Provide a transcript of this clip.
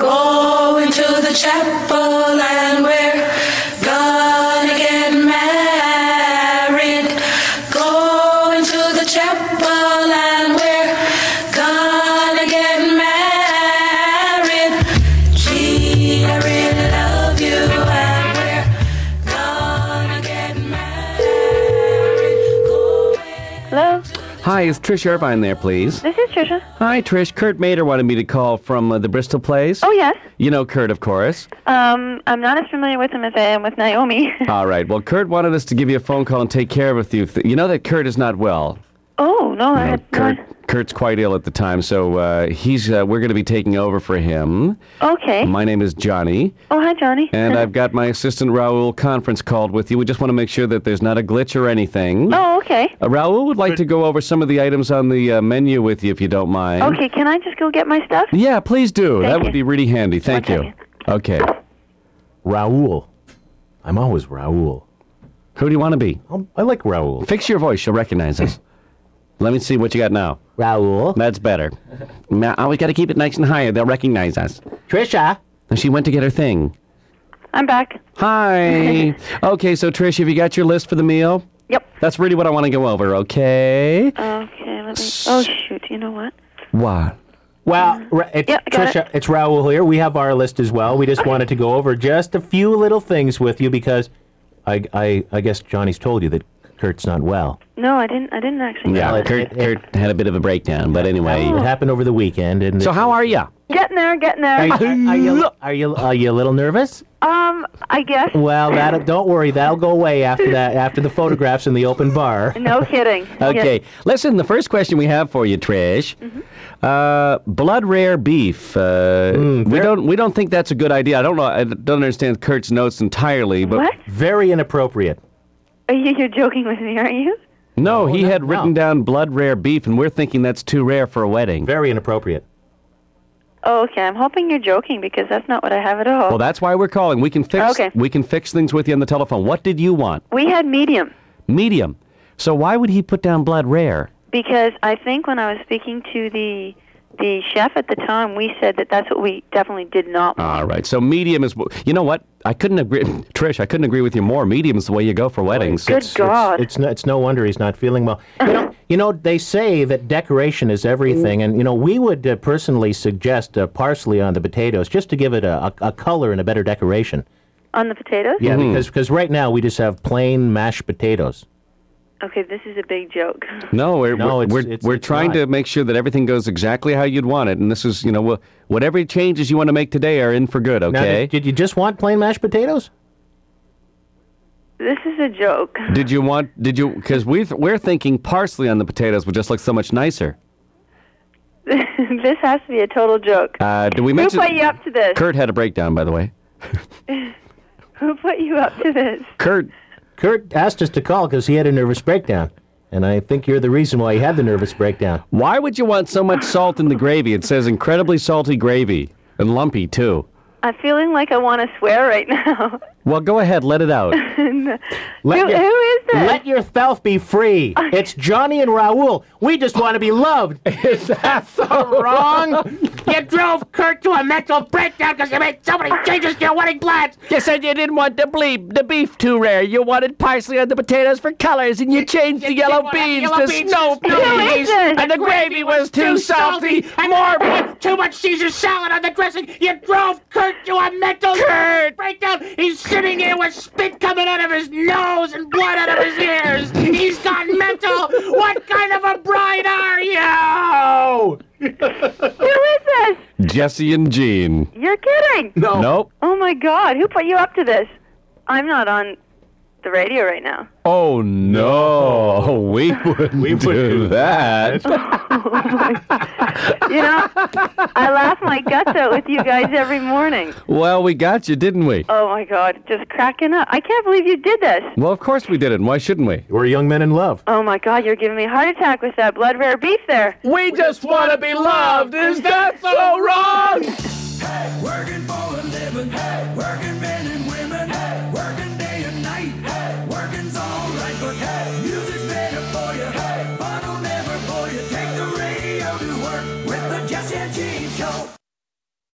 Going to the chapel and we're gonna get married. Going to the chapel and we're gonna get married. Gee, I really love you and we're gonna get married. Going Hello, Hi, is Trish Irvine there, please? this is Trisha. Hi, Trish. Kurt Mater wanted me to call from uh, the Bristol Place. Oh yes, You know Kurt, of course. um, I'm not as familiar with him as I am with Naomi. All right. Well, Kurt wanted us to give you a phone call and take care of you. You know that Kurt is not well. oh no, I had no. Kurt, Kurt's quite ill at the time, so uh, he's. Uh, we're going to be taking over for him. Okay. My name is Johnny, oh hi, Johnny. and I've got my assistant Raul conference called with you. We just want to make sure that there's not a glitch or anything. oh okay. Uh, Raul would like to go over some of the items on the uh, menu with you, if you don't mind. Okay, can I just go get my stuff? Yeah, please do. that you. would be really handy. Thank One you. Okay. Raul. I'm always Raul. Who do you want to be? i I like Raul. Fix your voice. She'll recognize us. Let me see what you got now. Raul. That's better. Now, always got to keep it nice and higher. They'll recognize us. Trisha. And she went to get her thing. I'm back. Hi. okay, so Trish, have you got your list for the meal? Yep. That's really what I want to go over, okay? Okay, let me. Oh shoot, you know what? What? Well, Ra- it's Yeah, I got Trisha, it's Raul here. We have our list as well. We just wanted to go over just a few little things with you because I, I, I guess Johnny's told you that Kurt's not well. No, I didn't. I didn't actually. Yeah, know Oh, it. Kurt, Kurt had a bit of a breakdown, but anyway. Oh. It happened over the weekend, and So, how are you? Getting there, getting there. Are, you- are you are you are you a little nervous? um, I guess. Well, that don't worry, that'll go away after that after the photographs in the open bar. No kidding. Okay. Listen, the first question we have for you, Trish. Mm-hmm. Uh, blood rare beef. Uh, Mm, we don't we don't think that's a good idea. I don't know. I don't understand Kurt's notes entirely, but What? Very inappropriate. Are you? You're joking with me, aren't you? no, he no, had no. written down blood rare beef, and we're thinking that's too rare for a wedding. Very inappropriate. Oh, okay, I'm hoping you're joking because that's not what I have at all. well, that's why we're calling. We can fix Okay. we can fix things with you on the telephone. What did you want? we had medium. Medium. So why would he put down blood rare? Because I think when I was speaking to the the chef at the time, we said that that's what we definitely did not Uh, want. All right. So medium is you know what? I couldn't agree Trish, I couldn't agree with you more. Medium is the way you go for weddings. Good God. It's, it's, no, it's no wonder he's not feeling well. You know, you know, they say that decoration is everything, and you know, we would uh, personally suggest uh, parsley on the potatoes just to give it a, a, a color and a better decoration. On the potatoes? Yeah, because because right now we just have plain mashed potatoes. Okay, this is a big joke. No, we're No, we're it's- we're, it's- we're it's trying not. to make sure that everything goes exactly how you'd want it, and this is you know wha- whatever changes you want to make today are in for good. Now, Okay. did, did you just want plain mashed potatoes? This is a joke. Did you want? Did you? Because we th- we're thinking parsley on the potatoes would just look so much nicer. this has to be a total joke. Uh, did we Who mention? put you up to this? Kurt had a breakdown, by the way. Who put you up to this? Kurt, Kurt asked us to call because he had a nervous breakdown, and I think you're the reason why he had the nervous breakdown. why would you want so much salt in the gravy? It says incredibly salty gravy and lumpy too. I'm feeling like I want to swear right now. Well, go ahead, let it out. Let who, your- who is this? Let yourself be free. It's Johnny and Raul. We just want to be loved. Is that so wrong? You drove Kurt to a mental breakdown because you made so many changes to your wedding plans. you said you didn't want the bleep, the beef too rare. You wanted parsley on the potatoes for colors, and you changed the yellow didn't want beans yellow to beans to snow snow peas, peas, and the gravy was and more too much Caesar salad on the dressing. You drove Kurt to a mental breakdown. He's sitting here with spit coming out of his nose and blood out of his ears. He's gone mental. What kind of a bride are you? who is this? Jesse and Jean. You're kidding. No. Nope. Oh my God, who put you up to this? I'm not on the radio right now. Oh no, we wouldn't do that. You know, I laugh my guts out with you guys every morning. Well, we got you, didn't we? Oh my God, just cracking up. I can't believe you did this. Well, of course we didn't. Why shouldn't we? We're young men in love. Oh my God, you're giving me a heart attack with that blood rare beef there. We just want to be loved. Is that so wrong?